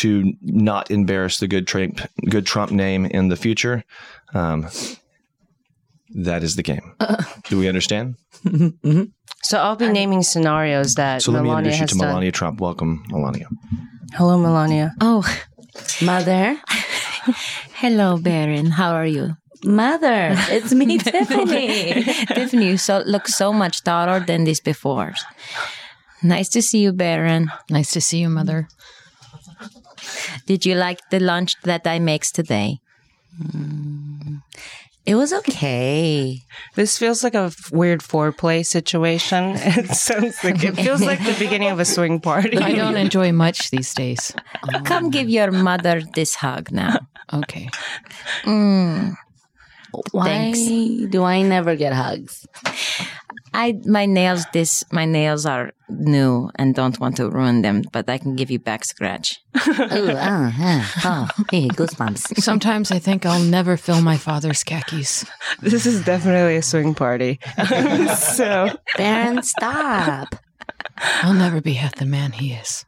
S6: to not embarrass the good Trump, good Trump name in the future, um, That is the game.
S9: Uh-uh.
S6: Do we understand?
S9: So I'll be naming scenarios that
S6: So let me
S9: Melania
S6: introduce you
S9: has
S6: to
S9: done.
S6: Melania Trump. Welcome, Melania.
S9: Hello, Melania.
S7: Oh,
S4: Mother,
S7: hello, Baron. How are you?
S4: mother, it's me, Tiffany.
S7: Tiffany, you so, look so much taller than this before. Nice to see you, Baron.
S5: Nice to see you, mother.
S7: Did you like the lunch that I makes today? Mm, It was okay.
S3: This feels like a f- weird foreplay situation. It sounds like it feels like the beginning of a swing party.
S5: I don't enjoy much these days.
S7: Come give your mother this hug now.
S5: Okay.
S4: Why
S7: Thanks.
S4: do I never get hugs?
S7: I my nails this my nails are new and don't want to ruin them, but I can give you back scratch.
S4: Ooh, ah, ah, oh, hey, goosebumps.
S5: Sometimes I think I'll never fill my father's khakis.
S3: This is definitely a swing party. so
S4: Baron, stop.
S5: I'll never be half the man he is.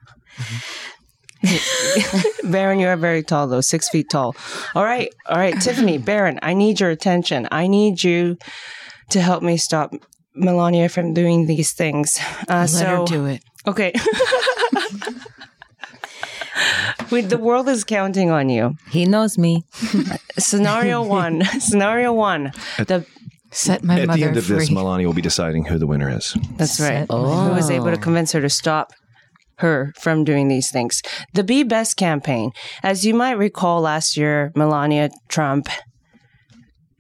S3: Baron, you are very tall, though, six feet tall. All right, all right, Tiffany, Baron, I need your attention. I need you to help me stop Melania from doing these things. Uh,
S5: Let her do it.
S3: Okay. Wait, the world is counting on you.
S7: He knows me.
S3: Scenario one. Scenario one. The
S5: Set my
S6: At
S5: mother
S6: the end of
S5: free.
S6: this, Melania will be deciding who the winner is.
S3: that's right.
S4: Oh.
S3: Who was able to convince her to stop her from doing these things? The Be Best campaign. As you might recall, last year Melania Trump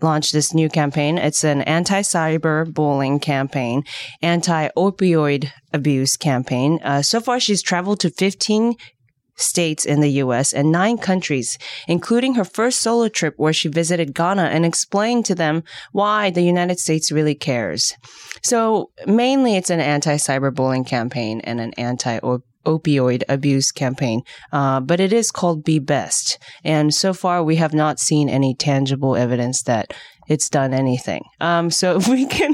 S3: launched this new campaign. It's an anti cyber bullying campaign, anti opioid abuse campaign. Uh, so far, she's traveled to 15 states in the US and nine countries, including her first solo trip where she visited Ghana and explained to them why the United States really cares. So, mainly it's an anti cyberbullying campaign and an anti opioid abuse campaign, uh, but it is called Be Best. And so far, we have not seen any tangible evidence that it's done anything. Um, so if we can,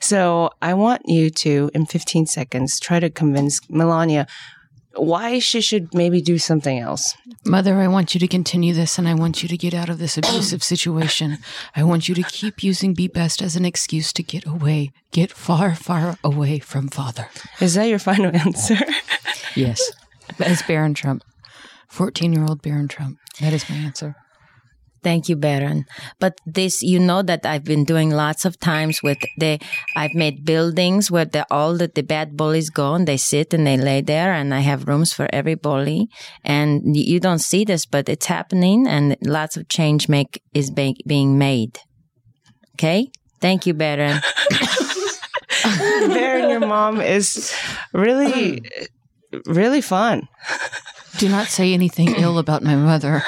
S3: so I want you to, in 15 seconds, try to convince Melania why she should maybe do something else.
S5: Mother, I want you to continue this and I want you to get out of this abusive situation. I want you to keep using Be Best as an excuse to get away, get far, far away from father.
S3: Is that your final answer?
S5: Yes. As Baron Trump, 14 year old Baron Trump. That is my answer.
S7: Thank you, Baron. But this, you know, that I've been doing lots of times with the. I've made buildings where the all the, the bad bullies go and they sit and they lay there, and I have rooms for every bully. And y- you don't see this, but it's happening, and lots of change make is ba- being made. Okay, thank you, Baron.
S3: Bearing your mom is really, really fun.
S5: Do not say anything ill about my mother.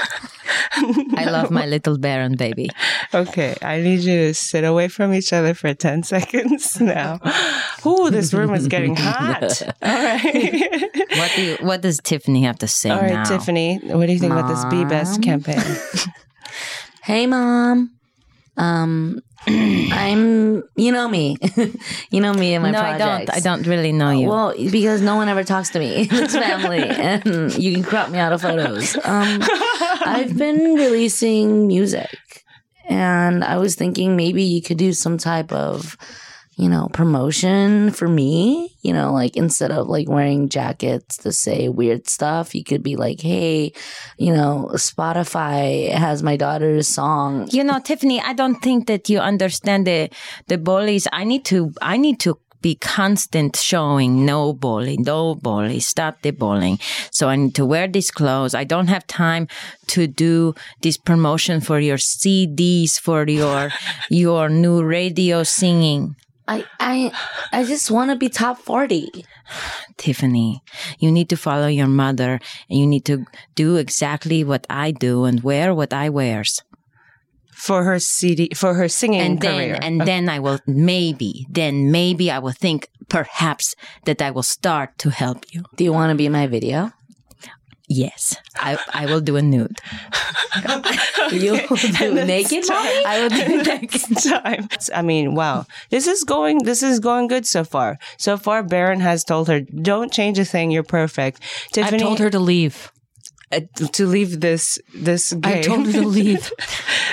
S7: I love my little Baron baby.
S3: Okay, I need you to sit away from each other for 10 seconds now. Ooh, this room is getting hot. All right.
S7: What do you, what does Tiffany have to say
S3: All right,
S7: now?
S3: Tiffany, what do you think about this Be Best campaign?
S4: Hey, mom. Um, I'm. You know me. you know me and my
S7: no, I
S4: projects.
S7: don't. I don't really know you.
S4: Well, because no one ever talks to me. It's family, and you can crop me out of photos. Um, I've been releasing music, and I was thinking maybe you could do some type of, you know, promotion for me. You know, like instead of like wearing jackets to say weird stuff, you could be like, hey, you know, Spotify has my daughter's song.
S7: you know tiffany i don't think that you understand the the bullies i need to i need to be constant showing no bully no bully stop the bullying so i need to wear these clothes i don't have time to do this promotion for your cds for your your new radio singing
S4: I I I just want to be top forty.
S7: Tiffany, you need to follow your mother and you need to do exactly what I do and wear what I wears.
S3: For her CD, for her singing
S7: and
S3: career.
S7: then and then I will maybe then maybe I will think perhaps that I will start to help you.
S4: Do you want to be in my video?
S7: Yes, I I will do a nude.
S4: You do naked mommy?
S7: I will do
S3: next time. I mean, wow. This is going this is going good so far. So far Baron has told her, Don't change a thing, you're perfect.
S5: I
S3: Tiffany
S5: told her to leave.
S3: uh, to leave this this game.
S5: I told her to leave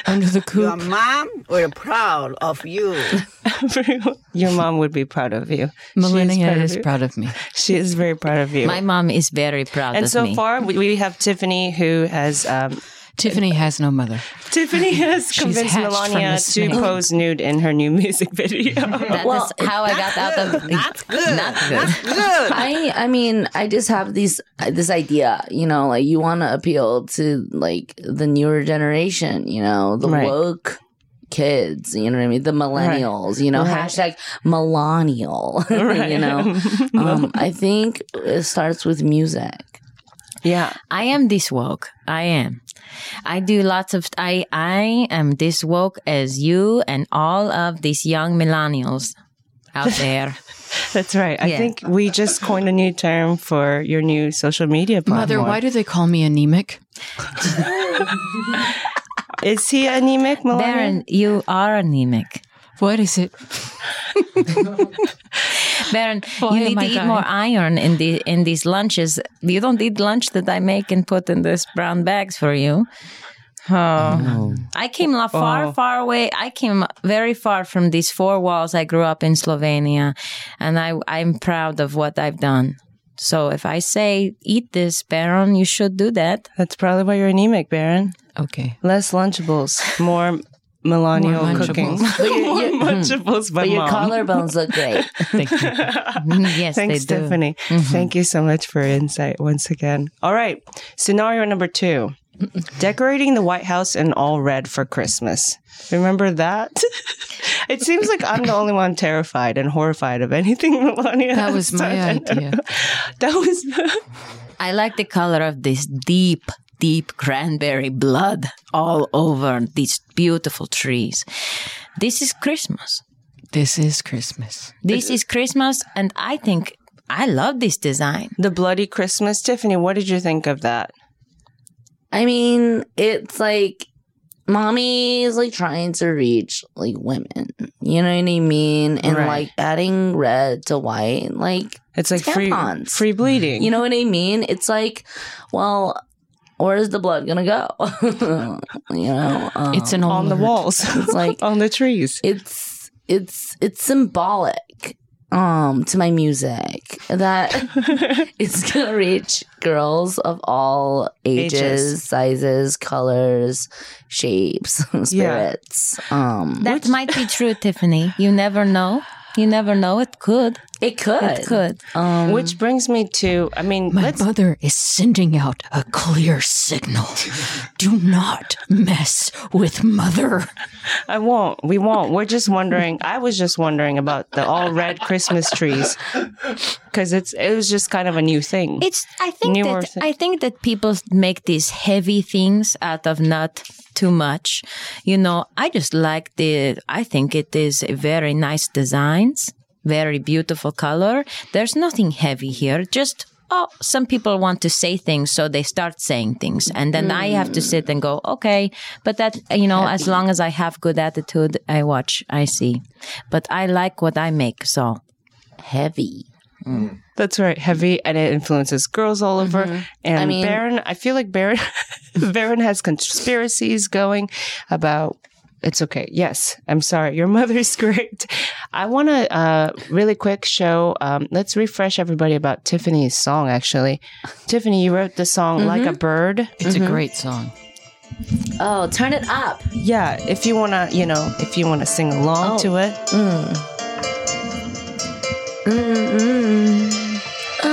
S5: under the
S8: Your
S5: coop.
S8: mom were proud of you.
S3: Your mom would be proud of you. She is
S5: Millennia is
S3: you.
S5: proud of me.
S3: She is very proud of you.
S7: My mom is very proud
S3: and
S7: of
S3: so
S7: me.
S3: far, we, we have Tiffany who has um,
S5: Tiffany has no mother.
S3: Tiffany has convinced
S5: hatched from
S3: Melania
S5: the
S3: to
S5: snake.
S3: pose nude in her new music video.
S7: That is how Oh, I got out of
S8: Not good.
S7: Not good.
S8: Good.
S4: I I mean I just have these uh, this idea, you know, like you want to appeal to like the newer generation, you know, the
S3: Right.
S4: woke kids, you know what I mean, the millennials, you know, hashtag millennial, you know. Um, I think it starts with music.
S3: yeah,
S7: I am this woke. I am. I do lots of I I am this woke as you and all of these young millennials out there.
S3: that's right. I
S7: Yeah.
S3: think we just coined a new term for your new social media
S5: Mother,
S3: platform.
S5: why do they call me anemic?
S3: is he anemic, Melania?
S7: Baron, you are anemic.
S5: What is it?
S7: Baron,
S5: Why
S7: you need
S5: am
S7: to
S5: I
S7: eat
S5: dying?
S7: more iron in the in these lunches. You don't eat lunch that I make and put in these brown bags for you. Oh. I came la- far, far away. I came very far from these four walls. I grew up in Slovenia, and I I'm proud of what I've done. So if I say eat this, Baron, you should do that.
S3: That's probably why you're anemic, Baron.
S5: Okay.
S3: Less Lunchables, more millennial
S5: More Lunchables.
S3: cooking. more Lunchables, by
S4: But your
S3: mom.
S4: collarbones look great.
S7: yes,
S3: Thanks,
S7: they do.
S3: Stephanie. Thank you so much for your insight once again. All right, scenario number two: decorating the White House in all red for Christmas. Remember that? it seems like I'm the only one terrified and horrified of anything, Melania.
S5: That was my
S3: has done.
S5: idea.
S3: That was
S7: I like the color of this deep, deep cranberry blood all over these beautiful trees. This is Christmas.
S5: This is Christmas.
S7: This is Christmas, and I think I love this design.
S3: the bloody Christmas. Tiffany, what did you think of that?
S4: I mean, it's like mommy is like trying to reach like women. You know what I mean? And
S3: Right.
S4: like adding red to white, like
S3: It's like free,
S4: Tampons.
S3: free bleeding.
S4: you know what I mean? It's like, well, where is the blood gonna go? you know, um,
S5: It's an old
S3: on the walls,
S4: like-
S3: on the trees.
S4: it's it's it's symbolic um to my music that it's gonna reach girls of all ages,
S3: Ages.
S4: sizes colors shapes spirits um
S7: That might be true, Tiffany. You never know. You never know. It could.
S4: it could
S7: It could.
S4: um
S3: Which brings me to, I mean,
S5: My
S3: let's
S5: mother is sending out a clear signal. Do not mess with mother.
S3: I won't. We won't. We're just wondering. I was just wondering about the all red Christmas trees because it's it was just kind of a new thing.
S7: It's. I think
S3: Newer
S7: that
S3: thing.
S7: I think that people make these heavy things out of not too much. You know, I just like the. I think it is a very nice designs. Very beautiful color. There's nothing heavy here. Just oh, some people want to say things, so they start saying things, and then I have to sit and go, okay. But that you know, as long as I have good attitude, I watch, I see. But I like what I make, so
S4: heavy
S3: That's right, heavy, and it influences girls all over. And
S4: mean-
S3: Baron, I feel like Baron Baron has conspiracies going about. It's okay. Yes, I'm sorry. Your mother's great. I want to uh, really quick show. Um, let's refresh everybody about Tiffany's song. Actually, Tiffany, you wrote the song "Like a Bird."
S5: It's a great song.
S4: oh turn it up
S3: Yeah, if you wanna, you know, if you wanna sing along
S4: Oh.
S3: to it.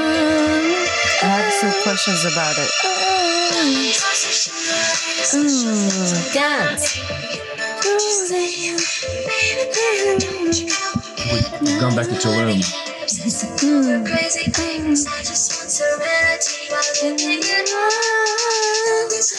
S3: I have some questions about it.
S4: dance
S1: We've
S10: gone back to Tulum.
S1: Crazy things. I just want serenity while living in lies.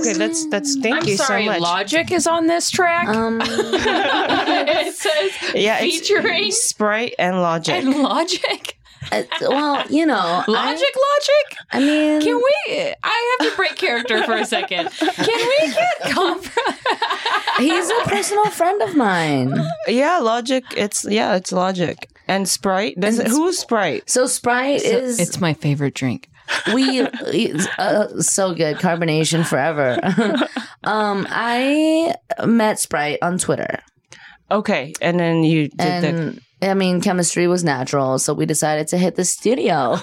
S3: Okay, that's that's. Thank you so much.
S5: Logic is on this track.
S4: um
S5: it says
S3: yeah, it's
S5: featuring
S3: Sprite and Logic.
S5: and Logic.
S4: uh, well you know
S5: Logic, logic.
S4: I, I mean
S5: Can we? I have to break character for a second. Can we get compromise?
S4: he's a personal friend of mine
S3: yeah, Logic. It's yeah, it's Logic and Sprite. Does it, who's Sprite?
S4: so sprite is
S5: It's my favorite drink.
S4: we uh, so good carbonation forever. um, I met Sprite on Twitter.
S3: Okay, and then you did
S4: and, I mean, chemistry was natural, so we decided to hit the studio.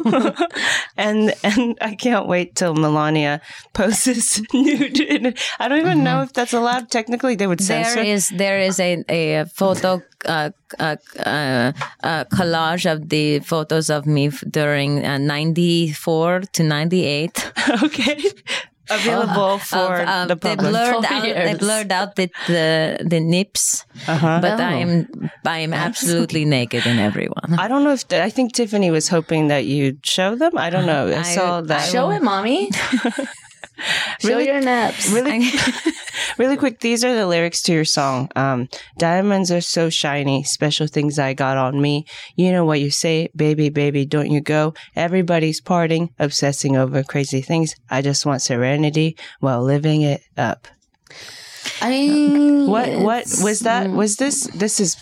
S3: and and I can't wait till Melania posts this nude. in it. I don't even know if that's allowed. Technically, they would censor.
S7: There is there is a, a photo uh, uh, uh, uh, collage of the photos of me f- during uh, 94 to 98
S3: okay available
S7: Of-
S3: for
S7: of-
S4: um,
S7: of-
S3: the
S7: they
S3: public.
S7: blurred out they
S4: Years.
S7: blurred out the the, the nips but I am I am absolutely naked in everyone
S3: I don't know if I think Tiffany was hoping that you'd show them. I don't know. I,
S7: I-
S3: saw that.
S4: Show it, mommy. Show
S3: Really-
S4: your naps.
S3: Really, really quick. These are the lyrics to your song. Um, Diamonds are so shiny. Special things I got on me. You know what you say, baby, baby, don't you go. Everybody's parting, obsessing over crazy things. I just want serenity while living it up.
S4: I,
S3: What? What was
S7: Mm.
S3: that? Was this? This is.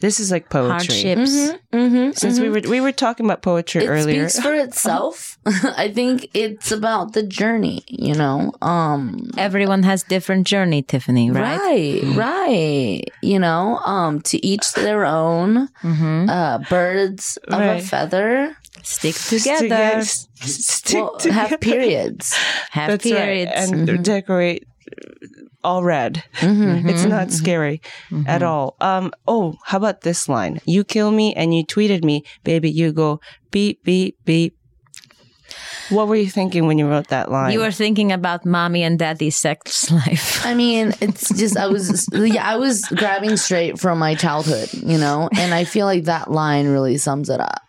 S3: This is like poetry. Mm-hmm,
S7: hardships mm-hmm.
S3: Since we were we were talking about poetry
S4: it
S3: earlier.
S4: speaks for itself. I think it's about the journey, you know. Um,
S7: everyone has different journey Tiffany right,
S4: right, right. You know, um, to each their own. Uh, birds of a
S3: Right.
S4: feather
S7: stick
S3: Stick it-
S7: together
S3: s- stick
S4: will
S3: together.
S4: have periods.
S7: have
S3: That's
S7: periods Mm-hmm.
S3: right. And decorate all red. It's
S7: mm-hmm,
S3: not scary at all. Um, oh, how about this line? You kill me and you tweeted me, baby, you go beep, beep, beep. What were you thinking when you wrote that line?
S7: you were thinking about mommy and daddy's sex life
S4: I mean, it's just I was yeah, I was grabbing straight from my childhood, you know, and I feel like that line really sums it up.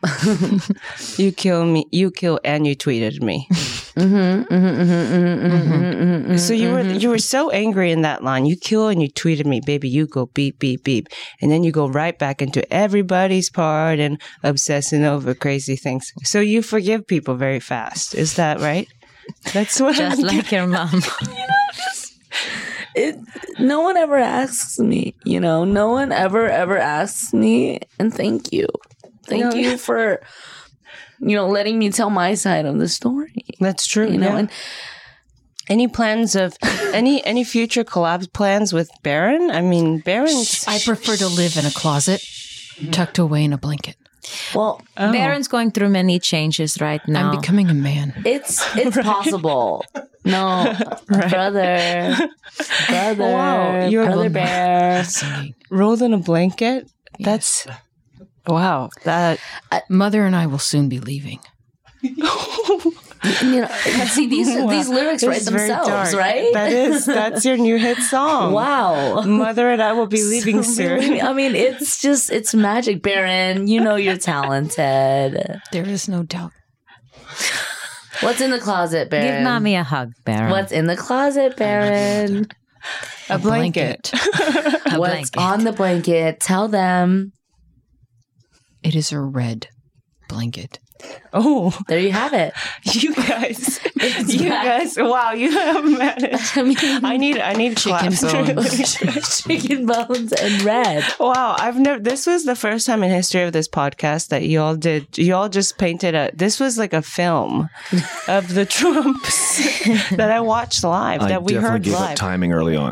S3: you kill me, you kill and you tweeted me.
S4: Mm-hmm,
S3: Mm-hmm. So you were you were so angry in that line. You kill and you tweeted me, baby. You go beep beep beep, and then you go right back into everybody's part and obsessing over crazy things. So you forgive people very fast. Is that right? That's what.
S7: just
S3: I'm
S7: like your mom
S4: it no one ever asks me you know no one ever ever asks me and thank you thank
S3: No.
S4: you for you know letting me tell my side of the story
S3: That's true.
S4: you know and
S3: any plans of any any future collab plans with Baron? I mean, Baron's
S5: I prefer to live in a closet, tucked away in a blanket.
S4: well
S3: Uh, Oh.
S7: Baron's going through many changes right now
S5: I'm becoming a man.
S4: it's it's possible no brother brother
S3: Wow, you're-
S4: brother bear
S5: Singing.
S3: rolled in a blanket. That's wow. That
S5: Mother and I will soon be leaving.
S4: you know see these these lyrics
S3: This
S4: write
S3: is very
S4: themselves
S3: dark.
S4: right
S3: That is that's your new hit song.
S4: wow
S3: Mother and I will be leaving soon.
S4: I mean, it's just it's magic, Baron. You know you're talented.
S5: There is no doubt.
S4: What's in the closet, Baron?
S7: give mommy a hug Baron
S4: What's in the closet, Baron?
S5: A,
S3: blanket.
S7: A
S4: What's
S7: blanket.
S4: on the blanket? Tell them.
S5: It is a red blanket.
S3: Oh,
S4: There you have it.
S3: you guys,
S4: It's
S3: you
S4: back.
S3: guys! Wow, you have managed.
S4: I mean,
S3: I need, I need
S5: Chicken
S3: claps.
S4: chicken bones and red.
S3: wow, I've never. This was the first time in history of this podcast that you all did. You all just painted a. This was like a film of the Trumps that I watched live.
S6: I
S3: that we
S6: definitely
S3: heard
S6: gave
S3: live.
S6: up timing early on.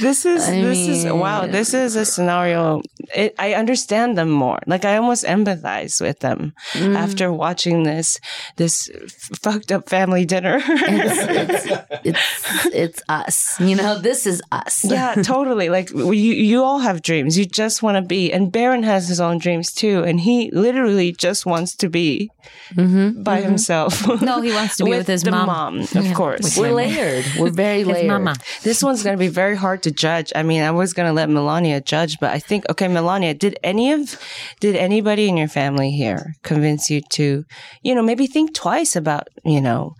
S3: This is this is wow. This is a scenario. It, I understand them more. Like I almost empathize with them
S7: Mm.
S3: after watching this this f- fucked up family dinner.
S4: It's it's, it's us. You know, this is us.
S3: yeah, totally. Like you you all have dreams. You just want to be, and Baron has his own dreams too. And he literally just wants to be by himself.
S7: Mm-hmm. No, he wants to be with his
S3: the
S7: mom.
S3: of course.
S4: We're layered. We're very
S7: His
S4: layered.
S7: mama
S3: This one's going to be very hard to judge. I mean, I was going to let Melania judge, but I think okay, Melania, did any of did anybody in your family here convince you to, you know, maybe think twice about, you know,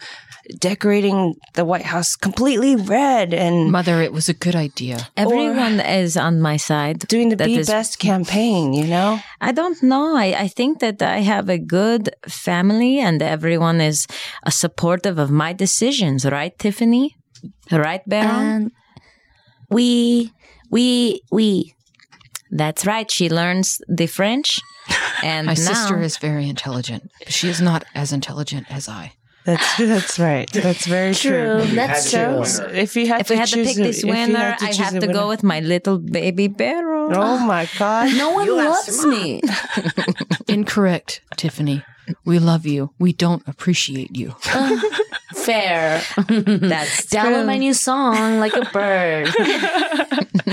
S3: decorating the White House completely red and
S5: Mother, it was a good idea.
S7: Everyone is on my side.
S3: doing the
S7: That
S3: Be
S7: is-
S3: Best campaign, you know?
S7: I don't know. I, I think that I have a good family and everyone is uh, supportive of my decisions, right, Tiffany? Right, Baron?
S4: And we we we
S7: That's right. She learns the French And
S5: My
S7: now,
S5: sister is very intelligent. But she is not as intelligent as I.
S3: That's that's right. That's very true.
S7: True, that's
S3: So,
S7: true.
S3: so If you had
S7: if
S3: to
S7: we had to
S3: choose
S7: pick
S3: a-
S7: this
S3: if you had
S7: winner, I
S3: choose
S7: have
S3: a
S7: to
S3: winner-
S7: go with my little baby barrel.
S3: Oh my god!
S4: No one loves me.
S5: Incorrect, Tiffany. We love you. We don't appreciate you.
S4: Fair.
S7: That's
S4: Download my new song like a bird.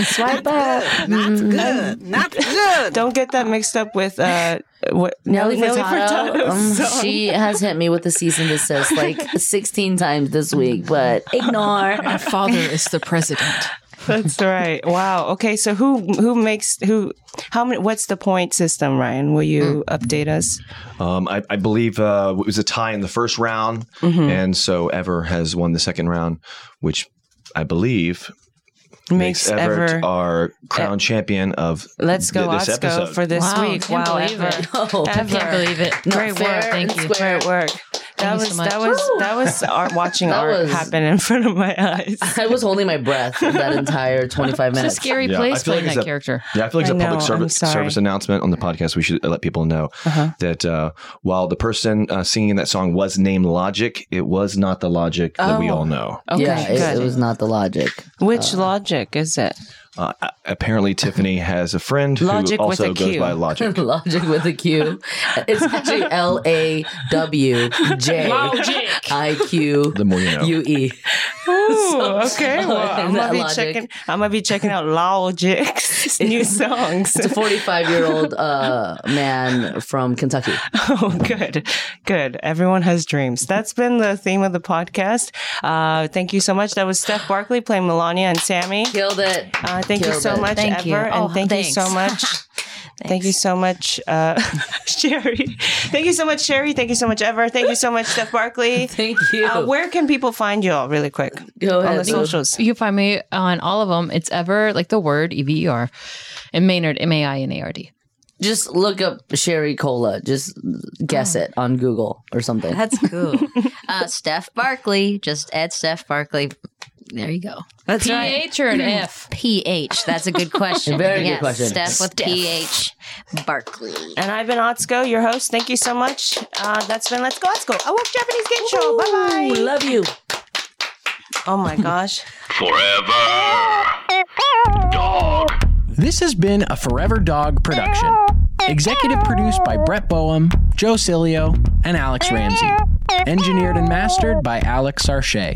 S4: Swipe up.
S8: Not good. Not good.
S3: Mm-hmm. Don't get that mixed up with uh, what
S4: Nelly Furtado.
S3: Furtado's
S4: um,
S3: song.
S4: she has hit me with a cease and desist like 16 times this week, but ignore.
S5: Our father is the president.
S3: That's right. Wow. Okay. So who who makes who? How many? What's the point system, Ryan? Will you update us?
S6: Um, I, I believe uh, it was a tie in the first round,
S3: Mm-hmm.
S6: and so Ever has won the second round, which I believe makes, Everett our crown champion of
S3: Let's
S6: th-
S3: go,
S6: this
S3: Osco,
S6: episode.
S3: for this
S5: Wow,
S3: week.
S5: can't
S3: Wow,
S5: believe
S3: Everett.
S5: it.
S4: Oh,
S3: Ever.
S5: Can't believe it.
S4: No,
S3: Great
S4: fair
S3: work.
S4: and
S5: Thank you.
S4: square.
S3: Great work.
S5: Thank
S3: That
S5: you so
S3: was that
S5: much.
S3: was that was art watching
S4: That
S3: art
S4: was-
S3: happen in front of my eyes.
S4: I was holding my breath that entire 25
S5: It's a
S4: minutes.
S5: scary
S6: Yeah, I
S5: place
S6: feel like
S5: playing
S6: it's
S5: that
S6: a-
S5: character.
S6: Yeah, I feel like
S3: I
S6: it's a
S3: know,
S6: public
S3: I'm
S6: service
S3: sorry. Uh-huh.
S6: service announcement on the podcast. We should let people know that uh, while the person uh, singing that song was named Logic, it was not the Logic that we
S3: Oh.
S6: all know.
S4: yeah, it,
S3: good.
S4: it was not the logic.
S3: Which logic is it?
S6: Uh, a- apparently, Tiffany has a friend who
S3: Logic with
S6: also
S3: a
S6: goes
S3: Q.
S6: by Logic.
S4: logic with a Q. It's actually L A W J I Q
S6: The more you know.
S4: U E.
S3: Ooh, Oh, okay. Well, I'm
S4: that
S3: gonna be
S4: logic.
S3: checking. I'm gonna be checking out Logic's new songs.
S4: It's a 45 year old uh, man from Kentucky.
S3: Oh, good, good. Everyone has dreams. That's been the theme of the podcast. Uh, thank you so much. That was Steph Barkley playing Melania and Sammy.
S4: Killed it.
S3: Uh, thank you
S4: Killed
S3: so
S4: it.
S3: much,
S7: Thank
S3: Ever,
S7: you. Oh,
S3: and thank you so
S7: thanks.
S3: much. Thank you so much, uh, Sherry. Thank you so much, Sherry. Thank you so much, Ever. Thank you so much, Steph Barkley.
S4: Thank you.
S3: Uh, where can people find you all, really quick?
S4: Go
S3: on
S4: ahead,
S3: the
S4: Lou.
S3: socials.
S5: You can find me on all of them. It's ever like the word E V E R and Maynard M A I N A R D.
S4: Just look up Sherry Cola. Just guess it on Google or something.
S7: That's cool. uh, Steph Barkley, just add Steph Barkley. There you go. That's
S5: P H or an F?
S7: PH. That's a good question.
S4: Very good
S7: yes,
S4: question.
S7: Steph with PH Barkley.
S3: And I've been Otsko, your host. Thank you so much. Uh, that's been Let's Go Otsko, a woke Japanese game show. Bye
S4: We
S3: bye.
S4: love you.
S3: Oh my gosh.
S10: Forever. Dog.
S11: This has been a Forever Dog production. Executive produced by Brett Boehm, Joe Cilio, and Alex Ramsey. Engineered and mastered by Alex Sarche.